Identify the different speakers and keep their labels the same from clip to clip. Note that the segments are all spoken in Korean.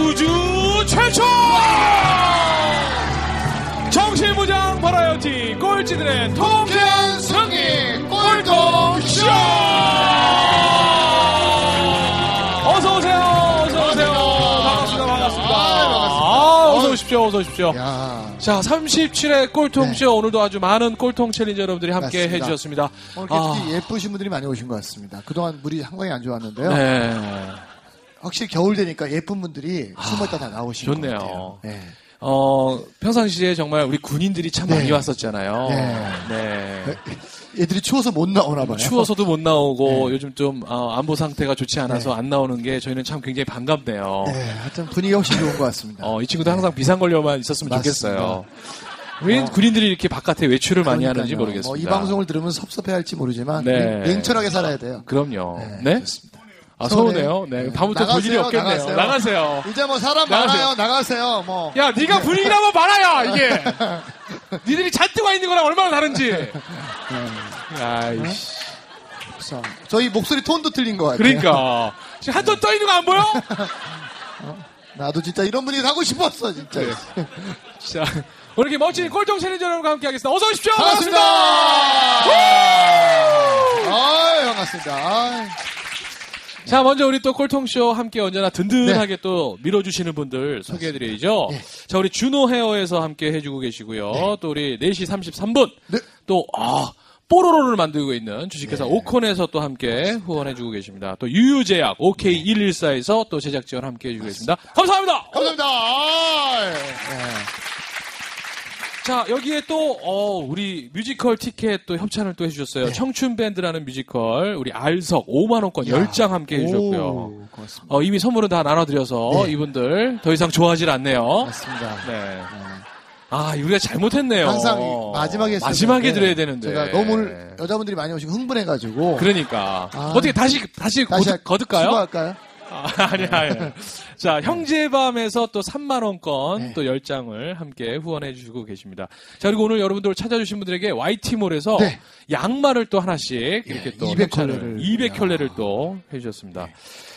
Speaker 1: 우주 최초! 정신부장 버라이어티 꼴찌들의 통계 승리 꼴통쇼! 어서오세요, 어서오세요. 반갑습니다, 반갑습니다. 아, 어서 오십시오, 어서 오십시오.
Speaker 2: 야
Speaker 1: 자, 37회 꼴통쇼
Speaker 2: 네.
Speaker 1: 오늘도 아주 많은 꼴통 챌린저 여러분들이 함께
Speaker 2: 맞습니다.
Speaker 1: 해주셨습니다.
Speaker 2: 오늘
Speaker 1: 아.
Speaker 2: 어, 특히 예쁘신 분들이 많이 오신 것 같습니다. 그동안 물이 한강이 안 좋았는데요.
Speaker 1: 네.
Speaker 2: 확실히 겨울 되니까 예쁜 분들이 숨었다 다 나오시는
Speaker 1: 좋네요.
Speaker 2: 것 같아요. 네.
Speaker 1: 어, 평상시에 정말 우리 군인들이 참
Speaker 2: 네.
Speaker 1: 많이 왔었잖아요.
Speaker 2: 네.
Speaker 1: 네.
Speaker 2: 얘들이 추워서 못 나오나 봐요.
Speaker 1: 추워서도 못 나오고
Speaker 2: 네.
Speaker 1: 요즘 좀 어, 안보 상태가 좋지 않아서 안 나오는 게 저희는 참 굉장히 반갑네요.
Speaker 2: 네, 하여튼 분위기 훨씬 좋은 것 같습니다.
Speaker 1: 어, 이 친구도 항상 비상걸려만 있었으면
Speaker 2: 맞습니다.
Speaker 1: 좋겠어요. 왜 군인들이 이렇게 바깥에 외출을 많이 하는지
Speaker 2: 그러니까요.
Speaker 1: 모르겠습니다.
Speaker 2: 어, 이 방송을 들으면 섭섭해할지 모르지만
Speaker 1: 네.
Speaker 2: 냉- 냉철하게 살아야 돼요.
Speaker 1: 그럼요.
Speaker 2: 네,
Speaker 1: 네?
Speaker 2: 좋습니다.
Speaker 1: 아,
Speaker 2: 서운해요.
Speaker 1: 서운해요. 네.
Speaker 2: 네.
Speaker 1: 다음부터 볼 일이
Speaker 2: 나가세요,
Speaker 1: 없겠네요.
Speaker 2: 나가세요.
Speaker 1: 나가세요.
Speaker 2: 이제 뭐 사람
Speaker 1: 나가세요.
Speaker 2: 많아요. 나가세요. 뭐
Speaker 1: 야, 네가 분위기나 한번 봐라야 이게. 니들이 잔뜩 와 있는 거랑 얼마나 다른지. 아이씨.
Speaker 2: 그래서 저희 목소리 톤도 틀린 것 같아요.
Speaker 1: 그러니까 지금 한톤 떠 있는 거 안 보여?
Speaker 2: 나도 진짜 이런 분이 사고 싶었어 진짜.
Speaker 1: 네. 자, 오늘 이렇게 멋진 꼴통 챌린저 여러분과 함께 하겠습니다. 어서 오십시오.
Speaker 2: 반갑습니다. 아유, 반갑습니다. 아유.
Speaker 1: 자, 먼저 우리 또 꼴통쇼 함께 언제나 든든하게
Speaker 2: 네.
Speaker 1: 또 밀어주시는 분들 소개해드려야죠. 자, 우리 준호 헤어에서 함께 해주고 계시고요. 또 우리 4시 33분.
Speaker 2: 네.
Speaker 1: 또, 아, 뽀로로를 만들고 있는 주식회사 오콘에서 또 함께 후원해주고 계십니다. 또 유유제약 OK114에서 또 제작 지원 함께 해주고 계십니다. 감사합니다!
Speaker 2: 감사합니다. 아유. 네.
Speaker 1: 자 여기에 또 어, 우리 뮤지컬 티켓 또 협찬을 또 해주셨어요. 청춘 밴드라는 뮤지컬 우리 알석 5만 원권
Speaker 2: 네. 야.
Speaker 1: 10장 함께 해주셨고요.
Speaker 2: 오, 고맙습니다.
Speaker 1: 어, 이미 선물은 다 나눠드려서
Speaker 2: 네.
Speaker 1: 이분들 더 이상 좋아하질 않네요.
Speaker 2: 맞습니다.
Speaker 1: 네. 아 우리가 잘못했네요.
Speaker 2: 항상 마지막에 했어야
Speaker 1: 마지막에
Speaker 2: 되는데
Speaker 1: 드려야 되는데. 네.
Speaker 2: 제가 너무 오늘 여자분들이 많이 오시고 흥분해가지고
Speaker 1: 그러니까
Speaker 2: 아.
Speaker 1: 어떻게 다시 다시,
Speaker 2: 다시
Speaker 1: 거듭, 거듭까요?
Speaker 2: 수고할까요?
Speaker 1: 아, 아니야,
Speaker 2: 네.
Speaker 1: 아니야. 자, 형제밤에서 또 3만원권
Speaker 2: 네.
Speaker 1: 또 10장을 함께 후원해주고 계십니다. 자, 그리고 오늘 여러분들 찾아주신 분들에게 YT몰에서
Speaker 2: 네. 예,
Speaker 1: 양말을 또 하나씩 이렇게 또
Speaker 2: 200
Speaker 1: 협찬을,
Speaker 2: 켤레를.
Speaker 1: 200 켤레를 또 해주셨습니다.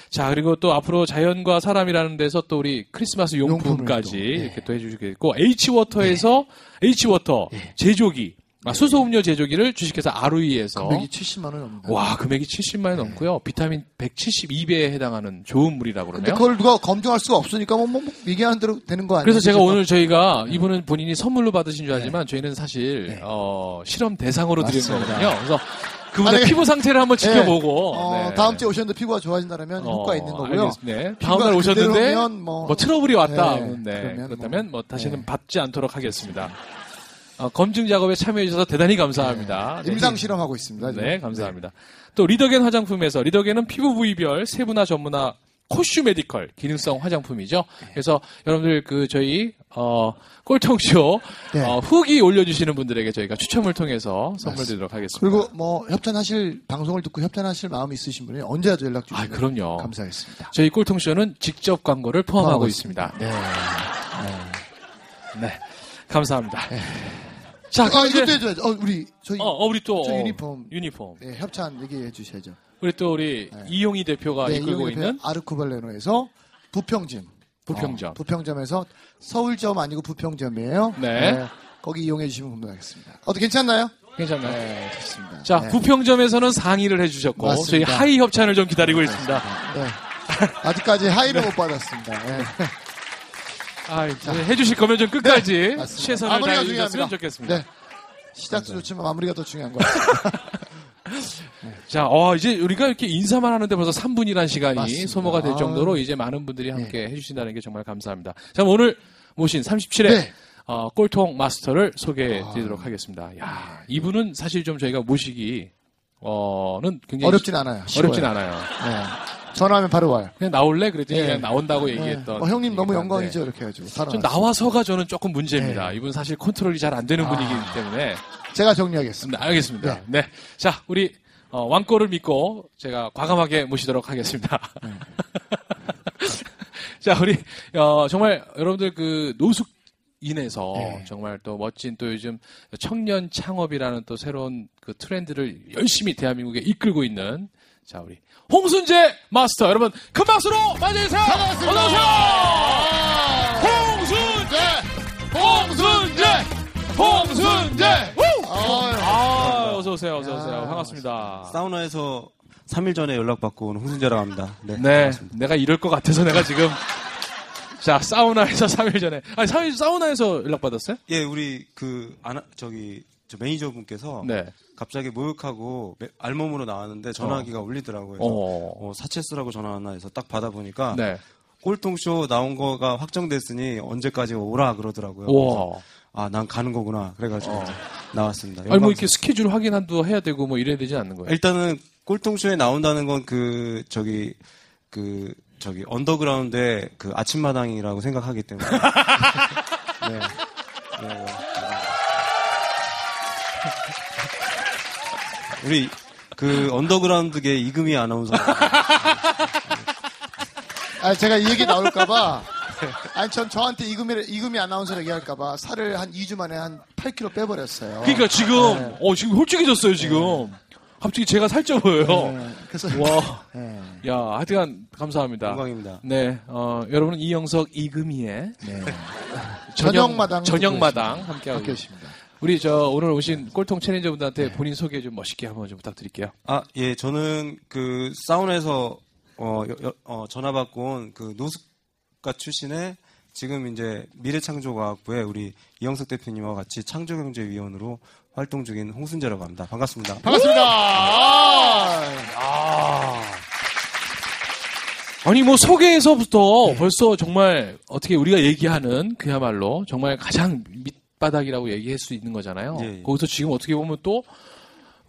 Speaker 1: 자, 그리고 또 앞으로 자연과 사람이라는 데서 또 우리 크리스마스 용품까지
Speaker 2: 용품을 또, 네.
Speaker 1: 이렇게 또 해주시겠고, H워터에서 H워터
Speaker 2: 예.
Speaker 1: 제조기, 아, 수소음료 제조기를 주식회사 아루이에서
Speaker 2: 금액이 70만 원 넘는.
Speaker 1: 어? 와 금액이 70만 원 넘고요. 비타민 172배에 해당하는 좋은 물이라고
Speaker 2: 네. 근데
Speaker 1: 그러네요.
Speaker 2: 그걸 누가 검증할 수가 없으니까 뭐, 뭐, 뭐 얘기하는 대로 되는 거 아니에요?
Speaker 1: 그래서 제가 오늘 저희가
Speaker 2: 네.
Speaker 1: 이분은 본인이 선물로 받으신 줄 알지만 저희는 사실 어, 실험 대상으로 드리는
Speaker 2: 맞습니다.
Speaker 1: 거거든요. 그래서 그분의
Speaker 2: 아니,
Speaker 1: 피부 상태를 한번
Speaker 2: 네.
Speaker 1: 지켜보고
Speaker 2: 어,
Speaker 1: 네.
Speaker 2: 다음 주에 오셨는데 피부가 좋아진다면
Speaker 1: 어,
Speaker 2: 효과 있는 거고요.
Speaker 1: 알겠습니다. 네.
Speaker 2: 피부가
Speaker 1: 다음 날 오셨는데
Speaker 2: 그대로면
Speaker 1: 뭐,
Speaker 2: 뭐-
Speaker 1: 트러블이 왔다.
Speaker 2: 네,
Speaker 1: 네.
Speaker 2: 그러면
Speaker 1: 그렇다면 뭐
Speaker 2: 뭐-
Speaker 1: 다시는
Speaker 2: 네.
Speaker 1: 받지 않도록 하겠습니다. 어, 검증 작업에 참여해 주셔서 대단히 감사합니다. 네.
Speaker 2: 임상 실험하고 있습니다. 지금.
Speaker 1: 네, 감사합니다. 또 리더겐 화장품에서 리더겐은 피부 부위별 세분화 전문화 코슈 메디컬 기능성 화장품이죠. 그래서 여러분들 그 저희 어 꼴통쇼
Speaker 2: 네.
Speaker 1: 어, 후기 올려주시는 분들에게 저희가 추첨을 통해서 선물 드리도록 하겠습니다.
Speaker 2: 그리고 뭐 협찬하실 방송을 듣고 협찬하실 마음이 있으신 분이 언제라도 연락
Speaker 1: 아
Speaker 2: 주시면
Speaker 1: 그럼요.
Speaker 2: 감사하겠습니다.
Speaker 1: 저희 꼴통쇼는 직접 광고를 포함하고
Speaker 2: 포함하고
Speaker 1: 있습니다.
Speaker 2: 네.
Speaker 1: 네, 감사합니다. 자,
Speaker 2: 아,
Speaker 1: 그럼
Speaker 2: 이것도
Speaker 1: 이제
Speaker 2: 해줘야죠. 어, 우리 저희
Speaker 1: 어, 어, 우리 또
Speaker 2: 저
Speaker 1: 어,
Speaker 2: 유니폼.
Speaker 1: 유니폼.
Speaker 2: 네, 협찬 얘기해 주셔야죠.
Speaker 1: 우리 또 우리 이용희 대표가
Speaker 2: 네,
Speaker 1: 아, 이끌고
Speaker 2: 이용해
Speaker 1: 있는
Speaker 2: 아르코발레노에서 부평점.
Speaker 1: 부평점.
Speaker 2: 어, 부평점에서 서울점 아니고 부평점이에요.
Speaker 1: 네.
Speaker 2: 거기 이용해 주시면 감사하겠습니다. 어때 괜찮나요?
Speaker 1: 괜찮나요?
Speaker 2: 네, 좋습니다.
Speaker 1: 자,
Speaker 2: 네.
Speaker 1: 부평점에서는 상의를 해주셨고,
Speaker 2: 맞습니다.
Speaker 1: 저희 하이 협찬을 좀 기다리고 있습니다.
Speaker 2: 네. 아직까지 하이를 못 받았습니다. 네.
Speaker 1: 아, 이제 해주실 거면 좀 끝까지
Speaker 2: 네. 맞습니다. 네.
Speaker 1: 최선을
Speaker 2: 마무리가
Speaker 1: 다해주셨으면
Speaker 2: 중요합니다.
Speaker 1: 좋겠습니다.
Speaker 2: 네. 시작도 좋지만 마무리가 더 중요한 것 같습니다.
Speaker 1: 자, 어, 이제 우리가 이렇게 인사만 하는데 벌써 3분이란 시간이
Speaker 2: 맞습니다.
Speaker 1: 소모가 될
Speaker 2: 아. 네.
Speaker 1: 정도로 이제 많은 분들이 함께 해주신다는 게 정말 감사합니다. 자, 오늘 모신 37회
Speaker 2: 네. 아.
Speaker 1: 어, 꼴통 마스터를 소개해 드리도록 하겠습니다. 야, 이분은 사실 좀 저희가 모시기, 어,는 굉장히
Speaker 2: 어렵진 않아요.
Speaker 1: 예, 쉽- 어렵진
Speaker 2: 쉬워요.
Speaker 1: 않아요.
Speaker 2: 네. 전화하면 바로 와요.
Speaker 1: 그냥 나올래? 그랬더니
Speaker 2: 네.
Speaker 1: 그냥 나온다고 얘기했던.
Speaker 2: 어, 형님 너무
Speaker 1: 분이니까.
Speaker 2: 영광이죠
Speaker 1: 네.
Speaker 2: 이렇게 해가지고 바로
Speaker 1: 좀
Speaker 2: 나왔어요.
Speaker 1: 나와서가 저는 조금 문제입니다.
Speaker 2: 네.
Speaker 1: 이분 사실 컨트롤이 잘 안 되는 분이기 때문에.
Speaker 2: 제가 정리하겠습니다.
Speaker 1: 알겠습니다. 알겠습니다. 네. 자, 우리 어, 왕꼬를 믿고 제가 과감하게 모시도록 하겠습니다. 자, 우리 어, 정말 여러분들 그 노숙 인에서
Speaker 2: 네.
Speaker 1: 정말 또 멋진 또 요즘 청년 창업이라는 또 새로운 그 트렌드를 열심히 대한민국에 이끌고 있는 자 우리 홍순재 마스터 여러분 큰 박수로 맞이해주세요.
Speaker 2: 반갑습니다.
Speaker 1: 어서 오세요.
Speaker 2: 아.
Speaker 1: 홍순재, 홍순재, 홍순재.
Speaker 2: 아유,
Speaker 1: 아, 어서 오세요, 어서 오세요. 반갑습니다.
Speaker 3: 아. 사우나에서 3일 전에 연락받고 온 홍순재라고 합니다. 네.
Speaker 1: 네, 내가 이럴 것 같아서 내가 지금 자 사우나에서 3일 전에 아니 3일 사우나에서 연락 받았어요?
Speaker 3: 예, 우리 그 아나- 저기 저 매니저분께서
Speaker 1: 네.
Speaker 3: 갑자기 모욕하고 매- 알몸으로 나왔는데 전화기가 울리더라고요. 그래서
Speaker 1: 어,
Speaker 3: 어, 사채 쓰라고 전화 왔나 해서 딱 받아보니까
Speaker 1: 네.
Speaker 3: 꼴통쇼 나온 거가 확정됐으니 언제까지 오라 그러더라고요.
Speaker 1: 와. 어.
Speaker 3: 아, 난 가는 거구나. 그래가지고 이제 나왔습니다.
Speaker 1: 아니 뭐 이렇게
Speaker 3: 영광스럽-
Speaker 1: 스케줄 확인한도 해야 되고 뭐 이래야 되지 않는 거예요?
Speaker 3: 일단은 꼴통쇼에 나온다는 건 그 저기 그 저기 언더그라운드의 그 아침마당이라고 생각하기 때문에 네. 네, 네. 우리 그 언더그라운드계 이금희 아나운서
Speaker 2: 아, 제가 이 얘기 나올까봐. 아니, 전 저한테 이금희, 이금희 아나운서 얘기할까봐 살을 한 2주 만에 한 8kg 빼버렸어요.
Speaker 1: 그러니까 지금 어 지금 홀쭉해졌어요 지금. 갑자기 제가 살쪄 보여요.
Speaker 2: 네, 그래서.
Speaker 1: 와,
Speaker 2: 네.
Speaker 1: 야, 하여간 감사합니다.
Speaker 3: 영광입니다.
Speaker 1: 네, 어, 여러분은 이영석 이금희의
Speaker 2: 네.
Speaker 1: 저녁-
Speaker 2: 저녁마당.
Speaker 1: 저녁마당
Speaker 2: 듣고
Speaker 1: 함께하고
Speaker 2: 있습니다.
Speaker 1: 우리 저 오늘 오신 꼴통 챌린저분들한테 본인 소개 좀 멋있게 한번 좀 부탁드릴게요.
Speaker 3: 아 예 저는 그 사운에서 어, 여- 여- 어, 전화 받고 온 그 노숙가 출신의 지금 이제 미래창조과학부의 우리 이영석 대표님과 같이 창조경제위원으로 활동 중인 홍순재라고 합니다. 반갑습니다.
Speaker 2: 반갑습니다. 아,
Speaker 1: 아니 뭐 소개에서부터 벌써 정말 어떻게 우리가 얘기하는 그야말로 정말 가장 밑바닥이라고 얘기할 수 있는 거잖아요.
Speaker 3: 예, 예.
Speaker 1: 거기서 지금 어떻게 보면 또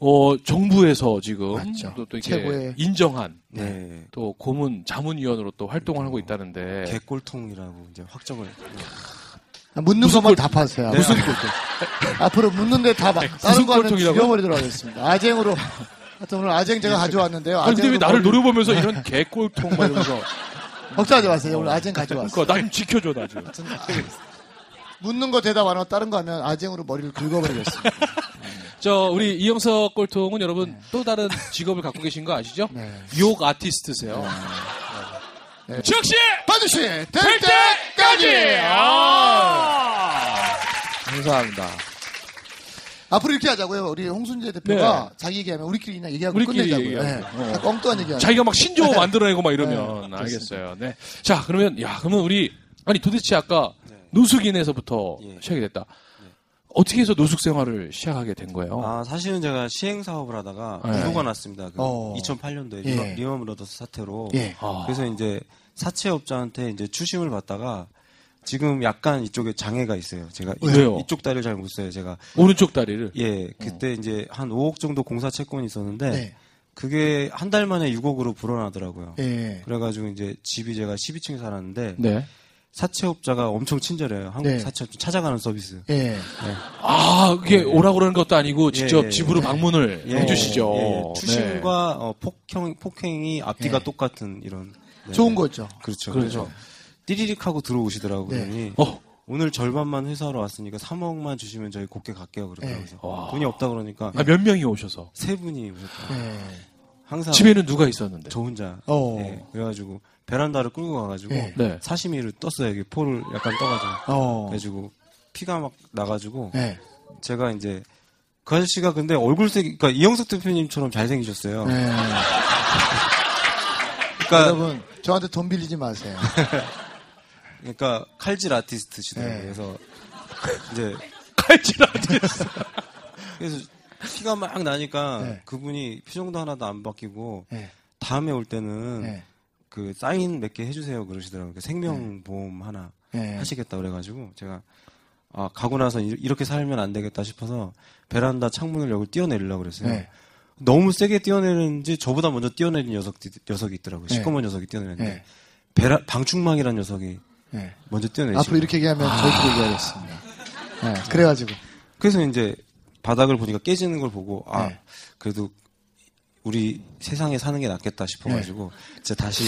Speaker 1: 어, 정부에서 지금
Speaker 2: 맞죠.
Speaker 1: 또, 또 이렇게
Speaker 2: 최고의-
Speaker 1: 인정한
Speaker 3: 네.
Speaker 1: 또 고문 자문위원으로 또 활동을 하고 있다는데
Speaker 3: 개꼴통이라고 이제 확정을.
Speaker 2: 묻는 것만 답하세요. 아,
Speaker 3: 무슨
Speaker 2: 앞으로 묻는데 다 막,
Speaker 1: 네, 무슨
Speaker 2: 다른 거 하면
Speaker 1: 꼴통이라고요?
Speaker 2: 죽여버리도록 하겠습니다. 아쟁으로. 하여튼 오늘 아쟁 제가 가져왔는데요.
Speaker 1: 아니 근데 왜
Speaker 2: 아쟁으로
Speaker 1: 나를
Speaker 2: 머리-
Speaker 1: 노려보면서 이런 개꼴통 막 이러면서
Speaker 2: 걱정하지 마세요. 오늘 아쟁 가져왔어요.
Speaker 1: 그거 나좀 지켜줘 나 지금
Speaker 2: 묻는 거 대답 안 하고 다른 거 하면 아쟁으로 머리를 긁어버리겠습니다.
Speaker 1: 저 우리 이영석 꼴통은 여러분 또 다른 직업을 갖고 계신 거 아시죠?
Speaker 2: 네.
Speaker 1: 욕 아티스트세요
Speaker 2: 네.
Speaker 1: 즉시
Speaker 2: 반드시 될
Speaker 1: 될
Speaker 2: 때까지!
Speaker 1: 아.
Speaker 2: 아.
Speaker 1: 감사합니다.
Speaker 2: 앞으로 이렇게 하자고요. 우리 홍순재 대표가 자기 얘기하면 우리끼리 그냥 얘기하고
Speaker 1: 네. 우리끼리
Speaker 2: 끝내자고요.
Speaker 1: 얘기하고.
Speaker 2: 네.
Speaker 1: 어.
Speaker 2: 엉뚱한 얘기하고.
Speaker 1: 자기가 막 신조어 만들어내고 막 이러면
Speaker 2: 네,
Speaker 1: 알겠어요. 네. 자 그러면 야 그러면 우리 아니 도대체 아까 노숙인에서부터
Speaker 3: 네. 예.
Speaker 1: 시작이 됐다. 어떻게 해서 노숙 생활을 시작하게 된 거예요?
Speaker 3: 아, 사실은 제가 시행 사업을 하다가
Speaker 1: 네.
Speaker 3: 부도가 났습니다.
Speaker 2: 예.
Speaker 3: 그
Speaker 2: 어.
Speaker 3: 2008년도에
Speaker 2: 예.
Speaker 3: 리먼- 리먼 브러더스 사태로.
Speaker 2: 예.
Speaker 1: 아.
Speaker 3: 그래서 이제 사채업자한테 이제 추심을 받다가 지금 약간 이쪽에 장애가 있어요. 제가 이-
Speaker 1: 왜요?
Speaker 3: 이쪽 다리를 잘 못 써요. 제가
Speaker 1: 오른쪽 다리를
Speaker 3: 예 그때 이제 한 5억 정도 공사 채권이 있었는데
Speaker 2: 어. 네.
Speaker 3: 그게 한 달 만에 6억으로 불어나더라고요.
Speaker 2: 예.
Speaker 3: 그래가지고 이제 집이 제가 12층에 살았는데
Speaker 1: 네.
Speaker 3: 사채업자가 엄청 친절해요. 한국
Speaker 2: 네.
Speaker 3: 사채업자 찾아가는 서비스.
Speaker 2: 예.
Speaker 1: 아 그게 오라고 그러는 것도 아니고 직접
Speaker 3: 예, 예.
Speaker 1: 집으로 방문을
Speaker 3: 예,
Speaker 1: 해주시죠.
Speaker 3: 예, 예.
Speaker 1: 네.
Speaker 3: 추심과 어, 폭행, 폭행이 앞뒤가
Speaker 2: 예.
Speaker 3: 똑같은 이런. 네.
Speaker 2: 좋은 거죠.
Speaker 1: 그렇죠.
Speaker 3: 그렇죠. 그래서 띠리릭하고 들어오시더라고요.
Speaker 2: 네.
Speaker 3: 그러니
Speaker 1: 어
Speaker 3: 오늘 절반만 회사로 왔으니까 3억만 주시면 저희 곱게 갈게요.
Speaker 2: 예.
Speaker 3: 그러더라고요. 그래서
Speaker 1: 네. 와.
Speaker 3: 돈이 없다 그러니까
Speaker 1: 아, 몇 명이 오셔서
Speaker 3: 세 분이 오셨다.
Speaker 2: 예.
Speaker 3: 항상
Speaker 1: 집에는 누가 있었는데?
Speaker 3: 저 혼자.
Speaker 2: 어.
Speaker 3: 예. 그래가지고 베란다를 끌고 가가지고
Speaker 2: 예.
Speaker 1: 네.
Speaker 3: 사시미를 떴어요. 여기 포를 약간 떠가지고.
Speaker 2: 어.
Speaker 3: 그래가지고 피가 막 나가지고
Speaker 1: 네.
Speaker 2: 예.
Speaker 3: 제가 이제 그 아저씨가 근데 얼굴색이 그러니까 이영석 대표님처럼 잘생기셨어요.
Speaker 1: 네.
Speaker 2: 예.
Speaker 1: 아.
Speaker 3: 그러니까
Speaker 2: 여러분, 저한테 돈 빌리지 마세요.
Speaker 3: 그러니까 칼질 아티스트시더라고요.
Speaker 2: 네.
Speaker 3: 그래서 이제
Speaker 1: 칼질 아티스트.
Speaker 3: 그래서 피가 막 나니까
Speaker 2: 네.
Speaker 3: 그분이 표정도 하나도 안 바뀌고
Speaker 2: 네.
Speaker 3: 다음에 올 때는
Speaker 2: 네.
Speaker 3: 그 사인 몇 개 해주세요 그러시더라고요. 그 생명보험 하나
Speaker 2: 네.
Speaker 3: 하시겠다 그래가지고 제가 아 가고 나서 이- 이렇게 살면 안 되겠다 싶어서 베란다 창문을 열고 뛰어내리려고 그랬어요.
Speaker 2: 네.
Speaker 3: 너무 세게 뛰어내리는지 저보다 먼저 뛰어내린 녀석 녀석이 있더라고요.
Speaker 2: 네.
Speaker 3: 시커먼 녀석이 뛰어내렸는데
Speaker 2: 네.
Speaker 3: 베라, 방충망이라는 녀석이
Speaker 2: 네.
Speaker 3: 먼저 뛰어내리죠.
Speaker 2: 앞으로 이렇게 얘기하면
Speaker 1: 아.
Speaker 2: 저희끼리 얘기하겠습니다. 네, 그래가지고
Speaker 3: 그래서 이제 바닥을 보니까 깨지는 걸 보고 아
Speaker 2: 네.
Speaker 3: 그래도 우리 세상에 사는 게 낫겠다 싶어가지고
Speaker 2: 네.
Speaker 3: 이제 다시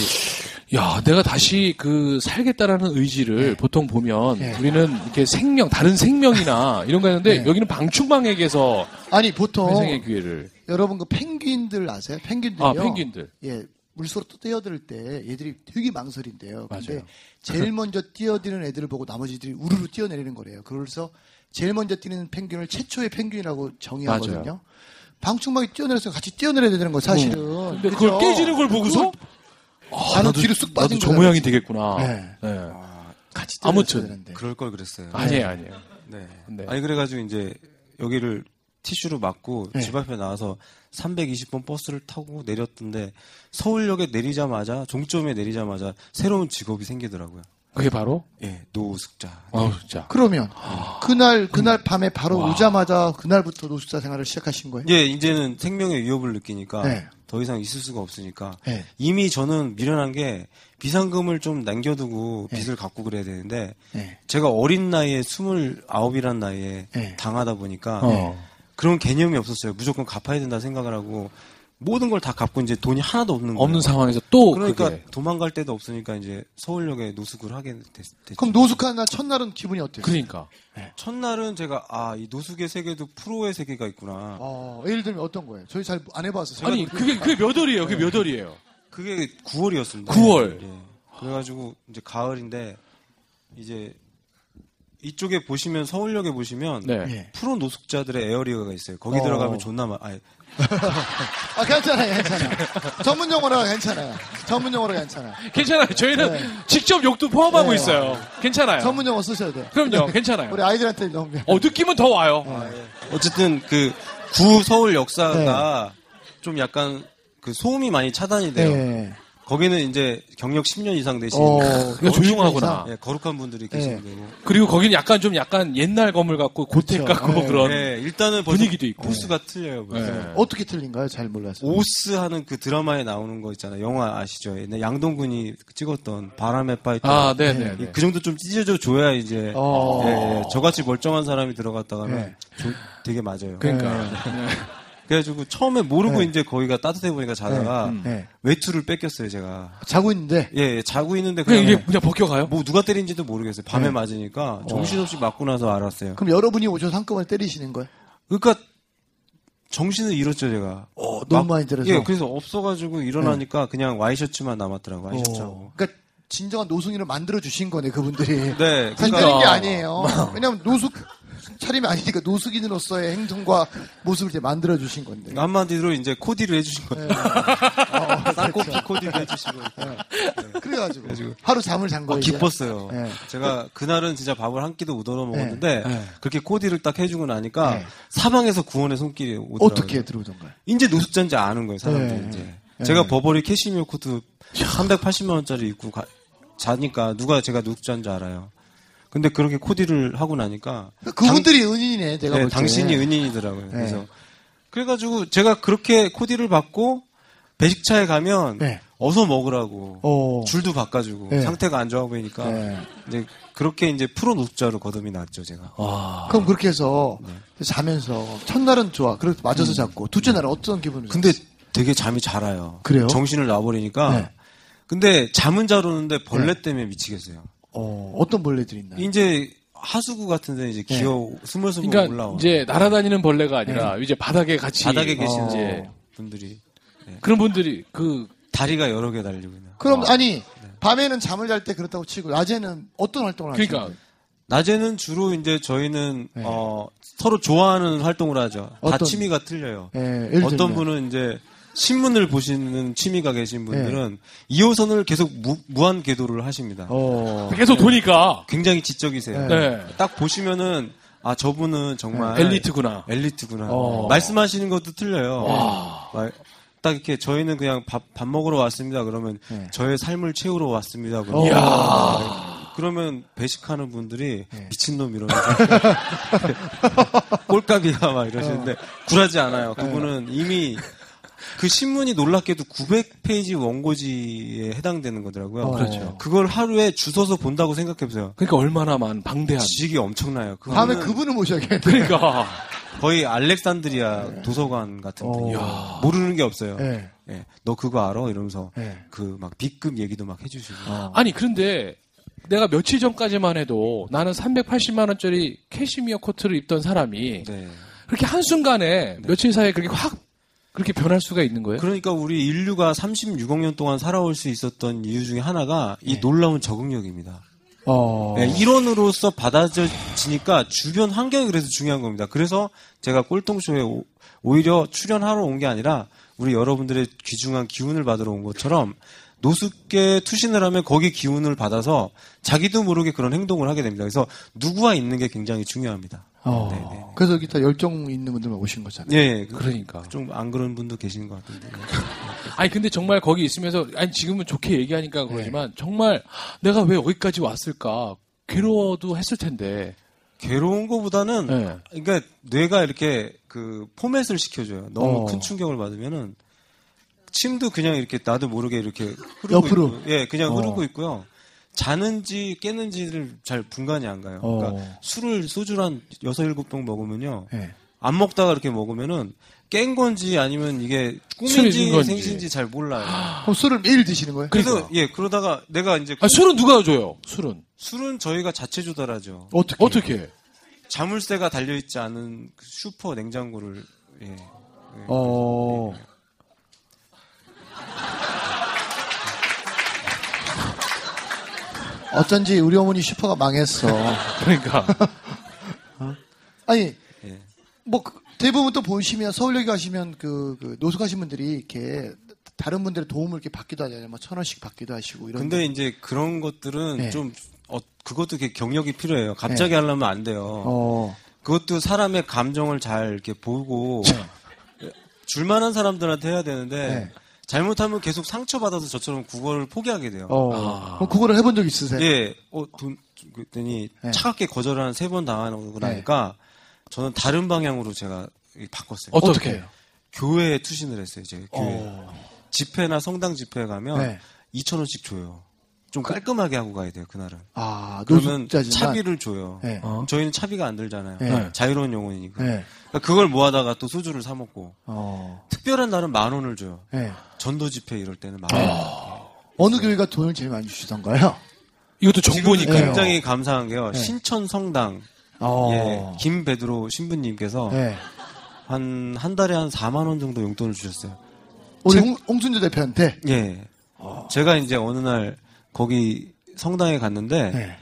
Speaker 1: 야, 내가 다시 그 살겠다라는 의지를 보통 보면
Speaker 2: 네.
Speaker 1: 우리는 이렇게 생명, 다른 생명이나 이런 거 하는데
Speaker 2: 네. 어.
Speaker 1: 여기는 방충망에게서
Speaker 2: 아니 보통
Speaker 1: 회생의 기회를.
Speaker 2: 여러분 그 펭귄들 아세요? 펭귄들요.
Speaker 1: 아, 펭귄들.
Speaker 2: 예. 물속으로 또 뛰어들 때 얘들이 되게 망설인데요. 근데
Speaker 1: 맞아요.
Speaker 2: 제일 먼저 뛰어드는 애들을 보고 나머지들이 우르르 뛰어내리는 거래요. 그래서 제일 먼저 뛰는 펭귄을 최초의 펭귄이라고 정의하거든요.
Speaker 1: 맞아요.
Speaker 2: 방충망이 뛰어내려서 같이 뛰어내려야 되는 거 사실은.
Speaker 1: 근데 그걸
Speaker 2: 그죠?
Speaker 1: 깨지는 걸 보고서
Speaker 2: 그거 나는 뒤로 쑥 빠진
Speaker 1: 나도 저
Speaker 2: 거잖아요.
Speaker 1: 모양이 되겠구나.
Speaker 2: 네.
Speaker 1: 네.
Speaker 2: 같이 뛰어내려야
Speaker 1: 아무튼
Speaker 2: 되는데.
Speaker 3: 그럴 걸 그랬어요.
Speaker 1: 아니에요, 아니에요.
Speaker 3: 네.
Speaker 1: 네.
Speaker 3: 아니 그래가지고 이제 여기를 티슈로 막고
Speaker 2: 네.
Speaker 3: 집 앞에 나와서 320번 버스를 타고 내렸던데 서울역에 내리자마자 종점에 내리자마자 새로운 직업이 생기더라고요.
Speaker 1: 그게 바로
Speaker 3: 예, 노숙자.
Speaker 2: 어. 네.
Speaker 1: 아우 진짜.
Speaker 2: 그러면
Speaker 1: 아, 음.
Speaker 2: 그날 그날 밤에 바로 오자마자 그날부터 노숙자 생활을 시작하신 거예요?
Speaker 3: 예, 이제는 생명의 위협을 느끼니까
Speaker 2: 네.
Speaker 3: 더 이상 있을 수가 없으니까
Speaker 1: 예.
Speaker 2: 네.
Speaker 3: 이미 저는 미련한 게 비상금을 좀 남겨두고
Speaker 1: 예.
Speaker 3: 빚을 갚고 그래야 되는데
Speaker 2: 네.
Speaker 3: 제가 어린 나이에 29이란 나이에
Speaker 2: 네.
Speaker 3: 당하다 보니까
Speaker 1: 예. 어.
Speaker 3: 그런 개념이 없었어요. 무조건 갚아야 된다 생각을 하고 모든 걸 다 갚고 이제 돈이 하나도 없는 거예요.
Speaker 1: 없는 상황에서 또
Speaker 3: 그러니까
Speaker 1: 그게.
Speaker 3: 도망갈 데도 없으니까 이제 서울역에 노숙을 하게 됐, 됐죠.
Speaker 2: 그럼 노숙한 날 첫날은 기분이 어때요?
Speaker 1: 그러니까.
Speaker 3: 첫날은 제가 아 이 노숙의 세계도 프로의 세계가 있구나.
Speaker 2: 어, 예를 들면 어떤 거예요? 저희 잘 안 해봐서 제가
Speaker 1: 아니 그게 그게 몇 월이에요? 그게 몇 월이에요?
Speaker 3: 그게 9월이었습니다. 예.
Speaker 1: 9월.
Speaker 3: 그래가지고 이제 가을인데 이제 이쪽에 보시면 서울역에 보시면
Speaker 1: 네.
Speaker 2: 예.
Speaker 3: 프로 노숙자들의 에어리어가 있어요. 거기
Speaker 2: 어.
Speaker 3: 들어가면 존나 많. 아니,
Speaker 2: 아 괜찮아요, 괜찮아요. 전문 용어라 괜찮아요. 전문 용어라 괜찮아요.
Speaker 1: 괜찮아요. 저희는 직접 욕도 포함하고
Speaker 2: 네.
Speaker 1: 있어요. 괜찮아요.
Speaker 2: 전문 용어 쓰셔야 돼요.
Speaker 1: 그럼요. 괜찮아요.
Speaker 2: 우리 네. 아이들한테 너무 미안.
Speaker 1: 어 느낌은 더 와요.
Speaker 3: 어쨌든 그 구 서울 역사가 좀 약간 그 소음이 많이 차단이 돼요.
Speaker 2: 네.
Speaker 3: 거기는 이제 경력 10년 이상 되신
Speaker 2: 어,
Speaker 1: 그러니까 조용하구나.
Speaker 3: 예, 거룩한 분들이
Speaker 2: 네.
Speaker 3: 계시는데 고
Speaker 1: 그리고 거기는 약간 좀 약간 옛날 건물 같고 고택
Speaker 2: 그렇죠.
Speaker 1: 같고
Speaker 2: 네.
Speaker 1: 그런.
Speaker 3: 예, 일단은 벌써
Speaker 1: 어. 분위기도 있고.
Speaker 3: 코스가 틀려요. 벌써.
Speaker 1: 네.
Speaker 2: 어떻게 틀린가요? 잘 몰라서.
Speaker 3: 오스 하는 그 드라마에 나오는 거 있잖아요. 영화 아시죠? 옛날 양동근이 찍었던 바람의 파이터.
Speaker 1: 아, 네, 네.
Speaker 3: 이- 그 정도 좀 찢어져 줘야 이제
Speaker 2: 어.
Speaker 3: 예, 예. 저같이 멀쩡한 사람이 들어갔다가는
Speaker 2: 네.
Speaker 3: 조- 되게 맞아요. 네.
Speaker 2: 예.
Speaker 1: 그러니까.
Speaker 3: 그래가지고 처음에 모르고
Speaker 2: 네.
Speaker 3: 이제 거기가 따뜻해 보니까 자다가
Speaker 1: 음.
Speaker 2: 네.
Speaker 3: 외투를 뺏겼어요 제가.
Speaker 2: 자고 있는데
Speaker 3: 예, 예, 자고 있는데
Speaker 1: 그냥
Speaker 3: 그냥
Speaker 1: 이게 네. 그냥 벗겨가요?
Speaker 3: 뭐 누가 때린지도 모르겠어요. 밤에 맞으니까 정신없이 맞고 나서 알았어요.
Speaker 2: 그럼 여러분이 오셔서 한꺼번에 때리시는 거예요?
Speaker 3: 그러니까 정신을 잃었죠 제가.
Speaker 2: 어, 너무
Speaker 3: 막-
Speaker 2: 많이 때려서. 네.
Speaker 3: 예, 그래서 없어가지고 일어나니까 그냥 와이셔츠만 남았더라고 와이셔츠.
Speaker 2: 어, 그러니까 진정한 노숙인을 만들어 주신 거네 그분들이.
Speaker 3: 네,
Speaker 2: 사실
Speaker 3: 그러니까-
Speaker 2: 때린 게 아니에요. 왜냐하면 노숙 차림이 아니니까 노숙인으로서의 행동과 모습을 이제 만들어 주신 건데.
Speaker 3: 아. 한마디로 이제 코디를 해주신
Speaker 2: 네. 어,
Speaker 3: 거예요.
Speaker 2: 그렇죠.
Speaker 3: 쌍꺼풀 코디를 해주시고.
Speaker 2: 네. 그래가지고 하루 잠을 잔
Speaker 3: 아,
Speaker 2: 거예요. 이제.
Speaker 3: 기뻤어요.
Speaker 2: 네.
Speaker 3: 제가 그날은 진짜 밥을 한 끼도 못 얻어 먹었는데 그렇게 코디를 딱 해주고 나니까
Speaker 2: 네.
Speaker 3: 사방에서 구원의 손길이 오더라고요.
Speaker 2: 어떻게 들어오던가요?
Speaker 3: 이제 노숙자인지 아는 거예요, 사람들이
Speaker 2: 네.
Speaker 3: 이제.
Speaker 2: 네.
Speaker 3: 제가 버버리 캐시미어 코트 380만 원짜리 입고 가- 자니까 누가 제가 노숙자인 줄 알아요. 근데 그렇게 코디를 하고 나니까
Speaker 2: 그러니까 그분들이 은인이네, 네. 제가
Speaker 3: 네,
Speaker 2: 볼 때.
Speaker 3: 당신이 은인이더라고요. 그래서 그래가지고 제가 그렇게 코디를 받고 배식차에 가면
Speaker 2: 네.
Speaker 3: 어서 먹으라고
Speaker 2: 어.
Speaker 3: 줄도 바꿔주고
Speaker 2: 네.
Speaker 3: 상태가 안 좋아 보이니까
Speaker 2: 네.
Speaker 3: 이제 그렇게 이제 프로 노숙자로 거듭이 났죠 제가. 아.
Speaker 2: 그럼 그렇게 해서
Speaker 3: 네.
Speaker 2: 자면서 첫날은 좋아. 그래서 맞아서 잤고 둘째 날은 어떤 기분으로?
Speaker 3: 음. 근데
Speaker 2: 잤어요?
Speaker 3: 되게 잠이 잘 와요.
Speaker 2: 그래요?
Speaker 3: 정신을 놔버리니까.
Speaker 2: 네.
Speaker 3: 근데 잠은 잘 오는데 벌레 때문에 미치겠어요.
Speaker 2: 어, 어떤 벌레들이 있나요?
Speaker 3: 이제 하수구 같은데 이제
Speaker 2: 네.
Speaker 3: 기어 스물스물
Speaker 1: 그러니까
Speaker 3: 뭐 올라와.
Speaker 1: 이제 날아다니는 벌레가 아니라 이제 바닥에 같이
Speaker 3: 바닥에 계신
Speaker 1: 어.
Speaker 3: 이제 분들이
Speaker 1: 그런 분들이 그
Speaker 3: 다리가 여러 개 달리고 있는.
Speaker 2: 그럼
Speaker 3: 네.
Speaker 2: 아니 밤에는 잠을 잘 때 그렇다고 치고 낮에는 어떤 활동을
Speaker 1: 그러니까
Speaker 2: 하시는
Speaker 3: 낮에는 주로 이제 저희는 어, 서로 좋아하는 활동을 하죠. 다
Speaker 2: 네. 어떤-
Speaker 3: 취미가 틀려요.
Speaker 2: 예, 예를
Speaker 3: 어떤
Speaker 2: 들면. 네.
Speaker 3: 분은 이제 신문을 보시는 취미가 계신 분들은 2호선을 계속 무, 무한 궤도를 하십니다.
Speaker 2: 거예요? 어.
Speaker 1: 계속 도니까.
Speaker 3: 굉장히 지적이세요.
Speaker 1: 네.
Speaker 3: 딱 보시면은 아 저분은 정말
Speaker 1: 엘리트구나.
Speaker 3: 엘리트구나.
Speaker 1: 어.
Speaker 3: 말씀하시는 것도 틀려요. 말- 딱 이렇게 저희는 그냥 밥, 밥 먹으러 왔습니다. 그러면
Speaker 1: 네.
Speaker 3: 저의 삶을 채우러 왔습니다. 그러면. 네. 그러면 배식하는 분들이
Speaker 1: 네.
Speaker 3: 미친놈 이러면서 꼴깍이야 막 이러시는데
Speaker 1: 어.
Speaker 3: 굴하지 않아요.
Speaker 1: 네.
Speaker 3: 그분은 이미 그 신문이 놀랍게도 900페이지 원고지에 해당되는 거더라고요.
Speaker 1: 그렇죠.
Speaker 3: 그걸 하루에 주워서 본다고 생각해보세요.
Speaker 1: 그러니까 얼마나 많 방대한.
Speaker 3: 지식이 엄청나요. 그
Speaker 2: 다음에
Speaker 3: 분은
Speaker 2: 그분을 모셔야겠네.
Speaker 1: 그러니까
Speaker 3: 거의 알렉산드리아 도서관 같은 분이에요. 모르는 게 없어요.
Speaker 2: 예.
Speaker 3: 예, 너 그거 알아? 이러면서
Speaker 2: 예.
Speaker 3: 그 막 B급 얘기도 막 해주시고.
Speaker 1: 아니 그런데 내가 며칠 전까지만 해도 나는 380만 원짜리 캐시미어 코트를 입던 사람이
Speaker 3: 네.
Speaker 1: 그렇게 한 순간에 며칠 사이에 그렇게 확 그렇게 변할 수가 있는 거예요.
Speaker 3: 그러니까 우리 인류가 36억 년 동안 살아올 수 있었던 이유 중에 하나가 이 놀라운 적응력입니다.
Speaker 2: 어.
Speaker 3: 네, 이론으로서 받아지니까 주변 환경이 그래서 중요한 겁니다. 그래서 제가 꼴통쇼에 오- 오히려 출연하러 온 게 아니라 우리 여러분들의 귀중한 기운을 받으러 온 것처럼 노숙에 투신을 하면 거기 기운을 받아서 자기도 모르게 그런 행동을 하게 됩니다. 그래서 누구와 있는 게 굉장히 중요합니다.
Speaker 2: 어.
Speaker 3: 네, 네.
Speaker 2: 그래서 여기 다 열정 있는 분들만 오신 거잖아요.
Speaker 3: 예,
Speaker 1: 그러니까.
Speaker 3: 좀 안 그런 분도 계신 것 같은데.
Speaker 1: 아니 근데 정말 거기 있으면서 아니 지금은 좋게 얘기하니까 그러지만 정말 내가 왜 여기까지 왔을까 괴로워도 했을 텐데.
Speaker 3: 괴로운 거보다는
Speaker 1: 네.
Speaker 3: 그러니까 뇌가 이렇게 그 포맷을 시켜줘요. 너무
Speaker 1: 어.
Speaker 3: 큰 충격을 받으면은 침도 그냥 이렇게 나도 모르게 이렇게 흐르고
Speaker 2: 옆으로.
Speaker 3: 있고, 예, 그냥
Speaker 1: 어.
Speaker 3: 흐르고 있고요. 자는지 깨는지를 잘 분간이 안 가요.
Speaker 1: 어.
Speaker 3: 그러니까 술을 소주를 한 여섯 일곱 병 먹으면요.
Speaker 2: 예.
Speaker 3: 안 먹다가 이렇게 먹으면은 깬 건지 아니면 이게
Speaker 1: 술이 든
Speaker 3: 꿈인지
Speaker 1: 건지.
Speaker 3: 생신지 잘 몰라요.
Speaker 2: 그럼 술을 매일 드시는 거예요?
Speaker 3: 그래서 예 그러다가 내가 이제
Speaker 1: 아, 술은 누가 줘요? 술은
Speaker 3: 술은 저희가 자체 조달하죠.
Speaker 2: 어떻게?
Speaker 1: 어떻게?
Speaker 3: 자물쇠가 달려있지 않은 그 슈퍼 냉장고를 예.
Speaker 2: 어. 어쩐지 우리 어머니 슈퍼가 망했어. 어?
Speaker 1: 그러니까
Speaker 2: 아니,
Speaker 3: 예.
Speaker 2: 뭐 그- 대부분 또 보시면 서울역에 가시면 그, 그 노숙하신 분들이 이렇게 다른 분들의 도움을 이렇게 받기도 하잖아요. 뭐 천 원씩 받기도 하시고 이런.
Speaker 3: 근데 이제 그런 것들은
Speaker 2: 예.
Speaker 3: 좀 어, 그것도 되게 경력이 필요해요. 갑자기 하려면 안 돼요.
Speaker 2: 네. 어.
Speaker 3: 그것도 사람의 감정을 잘 이렇게 보고 줄만한 사람들한테 해야 되는데
Speaker 2: 네.
Speaker 3: 잘못하면 계속 상처받아서 저처럼 국어를 포기하게 돼요.
Speaker 2: 어.
Speaker 1: 아.
Speaker 2: 그럼 그거를 해본 적 있으세요?
Speaker 3: 예, 어, 돈, 좀 그랬더니
Speaker 2: 네.
Speaker 3: 차갑게 거절을 한 세 번 당하고 나니까 저는 다른 방향으로 제가 바꿨어요.
Speaker 1: 어떻게?
Speaker 2: 어떻게?
Speaker 3: 교회에 투신을 했어요. 이제 교회 집회나 성당 집회에 가면
Speaker 2: 네.
Speaker 3: 2천 원씩 줘요. 좀 깔끔하게 하고 가야 돼요 그날은.
Speaker 2: 아,
Speaker 3: 그러면
Speaker 2: 노숙자지만.
Speaker 3: 차비를 줘요.
Speaker 2: 네.
Speaker 3: 어. 저희는 차비가 안 들잖아요.
Speaker 2: 네.
Speaker 3: 자유로운 영혼이니까.
Speaker 2: 네.
Speaker 3: 그러니까 그걸 모아다가 또 소주를 사 먹고
Speaker 2: 어.
Speaker 3: 특별한 날은 만 원을 줘요.
Speaker 2: 예.
Speaker 3: 전도 집회 이럴 때는 만
Speaker 2: 아,
Speaker 3: 원.
Speaker 1: 아.
Speaker 2: 어느 교회가 돈을 제일 많이 주시던가요?
Speaker 1: 이것도
Speaker 3: 지금
Speaker 1: 정보니까.
Speaker 3: 굉장히 감사한 게요. 신천 성당
Speaker 2: 예. 어.
Speaker 3: 예, 김베드로 신부님께서
Speaker 2: 예.
Speaker 3: 한 한 달에 한 4만 원 정도 용돈을 주셨어요.
Speaker 2: 우리
Speaker 3: 책-
Speaker 2: 홍, 홍순주 대표한테.
Speaker 3: 예.
Speaker 2: 아.
Speaker 3: 제가 이제 어느 날 거기 성당에 갔는데
Speaker 2: 네.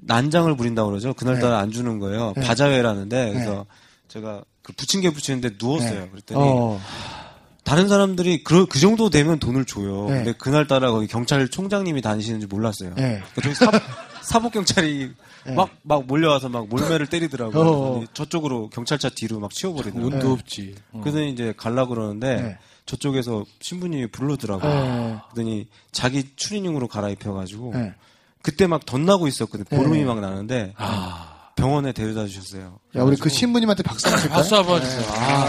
Speaker 3: 난장을 부린다고 그러죠. 그날따라 안 주는 거예요.
Speaker 2: 네.
Speaker 3: 바자회라는데 그래서 제가 그 부침개 부치는데 누웠어요.
Speaker 1: 예.
Speaker 3: 그랬더니
Speaker 2: 어.
Speaker 3: 다른 사람들이 그, 그 정도 되면 돈을 줘요.
Speaker 2: 네.
Speaker 3: 근데 그날따라 거기 경찰총장님이 다니시는지 몰랐어요.
Speaker 2: 네.
Speaker 3: 그러니까 저기 사, 복 경찰이 막, 막 몰려와서 막 몰매를 때리더라고요.
Speaker 2: 어.
Speaker 3: 그래서 저쪽으로 경찰차 뒤로 막 치워버리더라고요.
Speaker 1: 운도 없지.
Speaker 3: 그래서 이제 갈라 그러는데
Speaker 2: 어. 네.
Speaker 3: 저쪽에서 신부님이 부르더라고요.
Speaker 2: 네.
Speaker 3: 그러더니 자기 추리닝으로 갈아입혀가지고
Speaker 2: 네.
Speaker 3: 그때 막 덧나고 있었거든요. 보름이 막 나는데
Speaker 1: 아,
Speaker 3: 병원에 데려다 주셨어요.
Speaker 2: 야, 우리 그 신부님한테 박수 한번
Speaker 1: 박수
Speaker 2: 칠까요?
Speaker 1: 한번 주세요. 아,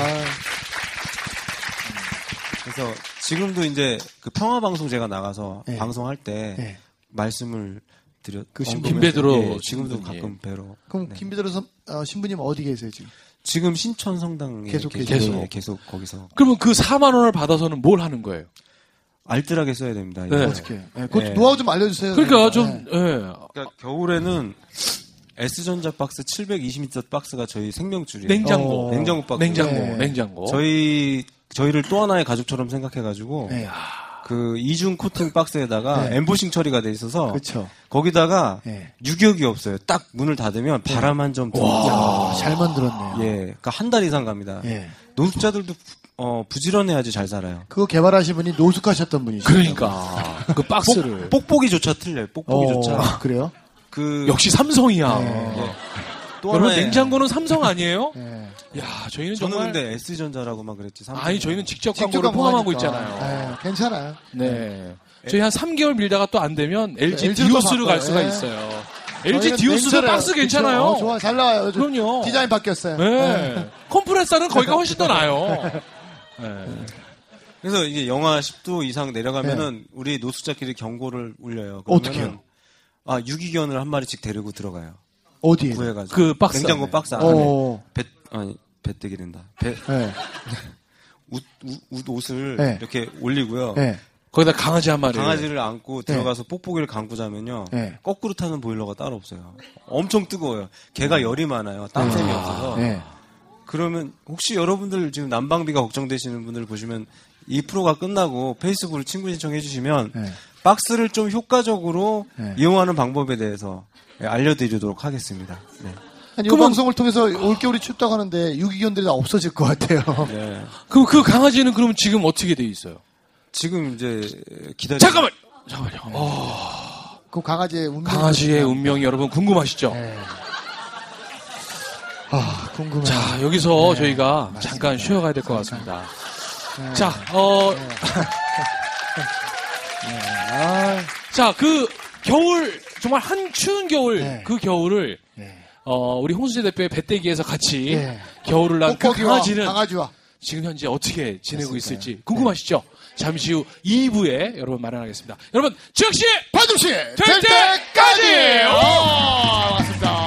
Speaker 3: 그래서 지금도 이제 그 평화 방송 제가 나가서
Speaker 2: 네.
Speaker 3: 방송할 때
Speaker 2: 네.
Speaker 3: 말씀을 드렸
Speaker 2: 그
Speaker 3: 언급을
Speaker 2: 신부님.
Speaker 1: 김베드로
Speaker 3: 했어요. 예, 지금도
Speaker 1: 신부님.
Speaker 3: 가끔 뵈러
Speaker 1: 네.
Speaker 2: 그럼 김비대로 선, 어, 신부님 어디 계세요, 지금?
Speaker 3: 지금 신천 성당에
Speaker 2: 계속
Speaker 3: 계속
Speaker 2: 계세요.
Speaker 3: 계속, 계속 거기서
Speaker 1: 그러면 그 4만 원을 받아서는 뭘 하는 거예요?
Speaker 3: 알뜰하게 써야 됩니다.
Speaker 1: 네.
Speaker 3: 이거.
Speaker 2: 어떻게? 예, 그것도
Speaker 3: 네.
Speaker 2: 노하우 좀 알려주세요.
Speaker 1: 그러니까
Speaker 2: 그러니까.
Speaker 1: 좀
Speaker 2: 네.
Speaker 1: 예.
Speaker 3: 그러니까 겨울에는 S전자 박스 720m 박스가 저희 생명줄이에요.
Speaker 1: 냉장고,
Speaker 2: 어,
Speaker 3: 냉장고 박스.
Speaker 1: 냉장고,
Speaker 2: 네.
Speaker 1: 냉장고.
Speaker 3: 저희 저희를 또 하나의 가족처럼 생각해가지고
Speaker 2: 네.
Speaker 3: 그 이중 코팅 박스에다가
Speaker 2: 네.
Speaker 3: 엠보싱 처리가 돼 있어서
Speaker 2: 그쵸.
Speaker 3: 거기다가
Speaker 2: 네.
Speaker 3: 유격이 없어요. 딱 문을 닫으면
Speaker 1: 네.
Speaker 3: 바람 한 점 들어오지 않아요.
Speaker 2: 아, 잘 만들었네요.
Speaker 3: 예, 그러니까 한 달 이상 갑니다.
Speaker 2: 예.
Speaker 3: 노숙자들도 부- 어, 부지런해야지 잘 살아요.
Speaker 2: 그거 개발하신 분이 노숙하셨던 분이시죠.
Speaker 1: 그러니까 그 박스를
Speaker 3: 뽁- 뽁뽁이조차 틀려요.
Speaker 2: 어,
Speaker 3: 뽁뽁이조차
Speaker 1: 뭐,
Speaker 2: 그래요?
Speaker 3: 그
Speaker 1: 어.
Speaker 2: 네.
Speaker 1: 역시 삼성이야.
Speaker 3: 예. 또
Speaker 1: 여러분
Speaker 3: 하나의-
Speaker 1: 냉장고는 삼성 아니에요?
Speaker 2: 예.
Speaker 1: 야 네. 저희는
Speaker 3: 저는
Speaker 1: 정말
Speaker 3: 근데 S전자라고만 그랬지. 삼성.
Speaker 1: 아니 저희는 직접
Speaker 2: 직접
Speaker 1: 광고를 뭐 포함하고
Speaker 2: 광고하니까.
Speaker 1: 있잖아요.
Speaker 2: 예, 괜찮아요.
Speaker 1: 네. 저희 한 3개월 밀다가 또 안 되면 LG
Speaker 2: 네, LG 로
Speaker 1: 디오스로 갈
Speaker 2: 바꿔요.
Speaker 1: 수가
Speaker 2: 네.
Speaker 1: 있어요.
Speaker 2: 저희는
Speaker 1: LG 디오스도
Speaker 2: 괜찮아요.
Speaker 1: 박스 괜찮아요.
Speaker 2: 그쵸? 어, 좋아, 잘 나와요. 요즘
Speaker 1: 그럼요.
Speaker 2: 디자인 바뀌었어요.
Speaker 1: 네. 컴프레서는 거기가 훨씬 더 나아요. 네.
Speaker 3: 그래서 이게 영하 10도 이상 내려가면은 우리 노숙자끼리 경고를 울려요. 그러면은
Speaker 2: 네. 어떡해요?
Speaker 3: 아 유기견을 한 마리씩 데리고 들어가요.
Speaker 2: 어디에?
Speaker 3: 구해가지고
Speaker 1: 그 박스
Speaker 3: 냉장고
Speaker 1: 안에.
Speaker 3: 박스 안에
Speaker 2: 어.
Speaker 3: 배 아니 배뜨기 된다. 배,
Speaker 2: 네.
Speaker 3: 웃, 웃, 웃 옷을
Speaker 2: 네.
Speaker 3: 이렇게 올리고요.
Speaker 2: 네.
Speaker 1: 거기다 강아지 한 마리.
Speaker 3: 강아지를 안고 들어가서 뽁뽁이를 감고 자면요.
Speaker 2: 네.
Speaker 3: 거꾸로 타는 보일러가 따로 없어요. 엄청 뜨거워요. 개가 열이 많아요. 땀샘이 없어서.
Speaker 2: 네.
Speaker 3: 그러면 혹시 여러분들 지금 난방비가 걱정되시는 분들 보시면 이 프로가 끝나고 페이스북으로 친구 신청해 주시면
Speaker 2: 네.
Speaker 3: 박스를 좀 효과적으로
Speaker 2: 네.
Speaker 3: 이용하는 방법에 대해서 예, 알려드리도록 하겠습니다. 네.
Speaker 2: 아니, 이
Speaker 1: 그러면-
Speaker 2: 방송을 통해서 올겨울이 춥다고 하는데 유기견들이 다 없어질 것 같아요.
Speaker 3: 네.
Speaker 1: 그럼 그 강아지는 그럼 지금 어떻게 돼 있어요?
Speaker 3: 지금 이제 기다리
Speaker 1: 잠깐만. 잠깐만요. 어,
Speaker 2: 그 강아지의 운명.
Speaker 1: 강아지의 운명이 여러분 궁금하시죠?
Speaker 2: 네. 아, 궁금해.
Speaker 1: 자, 여기서
Speaker 2: 네.
Speaker 1: 저희가 잠깐 쉬어가야 될 것 같습니다. 자, 어,
Speaker 2: 네. 아,
Speaker 1: 자, 그 겨울, 정말 한 추운 겨울,
Speaker 2: 네.
Speaker 1: 그 겨울을,
Speaker 2: 네.
Speaker 1: 어, 우리 홍수재 대표의 배때기에서 같이
Speaker 2: 네.
Speaker 1: 겨울을 난 그
Speaker 2: 뻐뻐기와
Speaker 1: 강아지는
Speaker 2: 강아지와. 네.
Speaker 1: 지금 현재 어떻게 지내고
Speaker 2: 그렇습니까?
Speaker 1: 있을지 궁금하시죠? 잠시 후 2부에 여러분 마련하겠습니다. 여러분, 즉시! 어!
Speaker 2: 반드시 될 때까지! 오, 아, 맞습니다.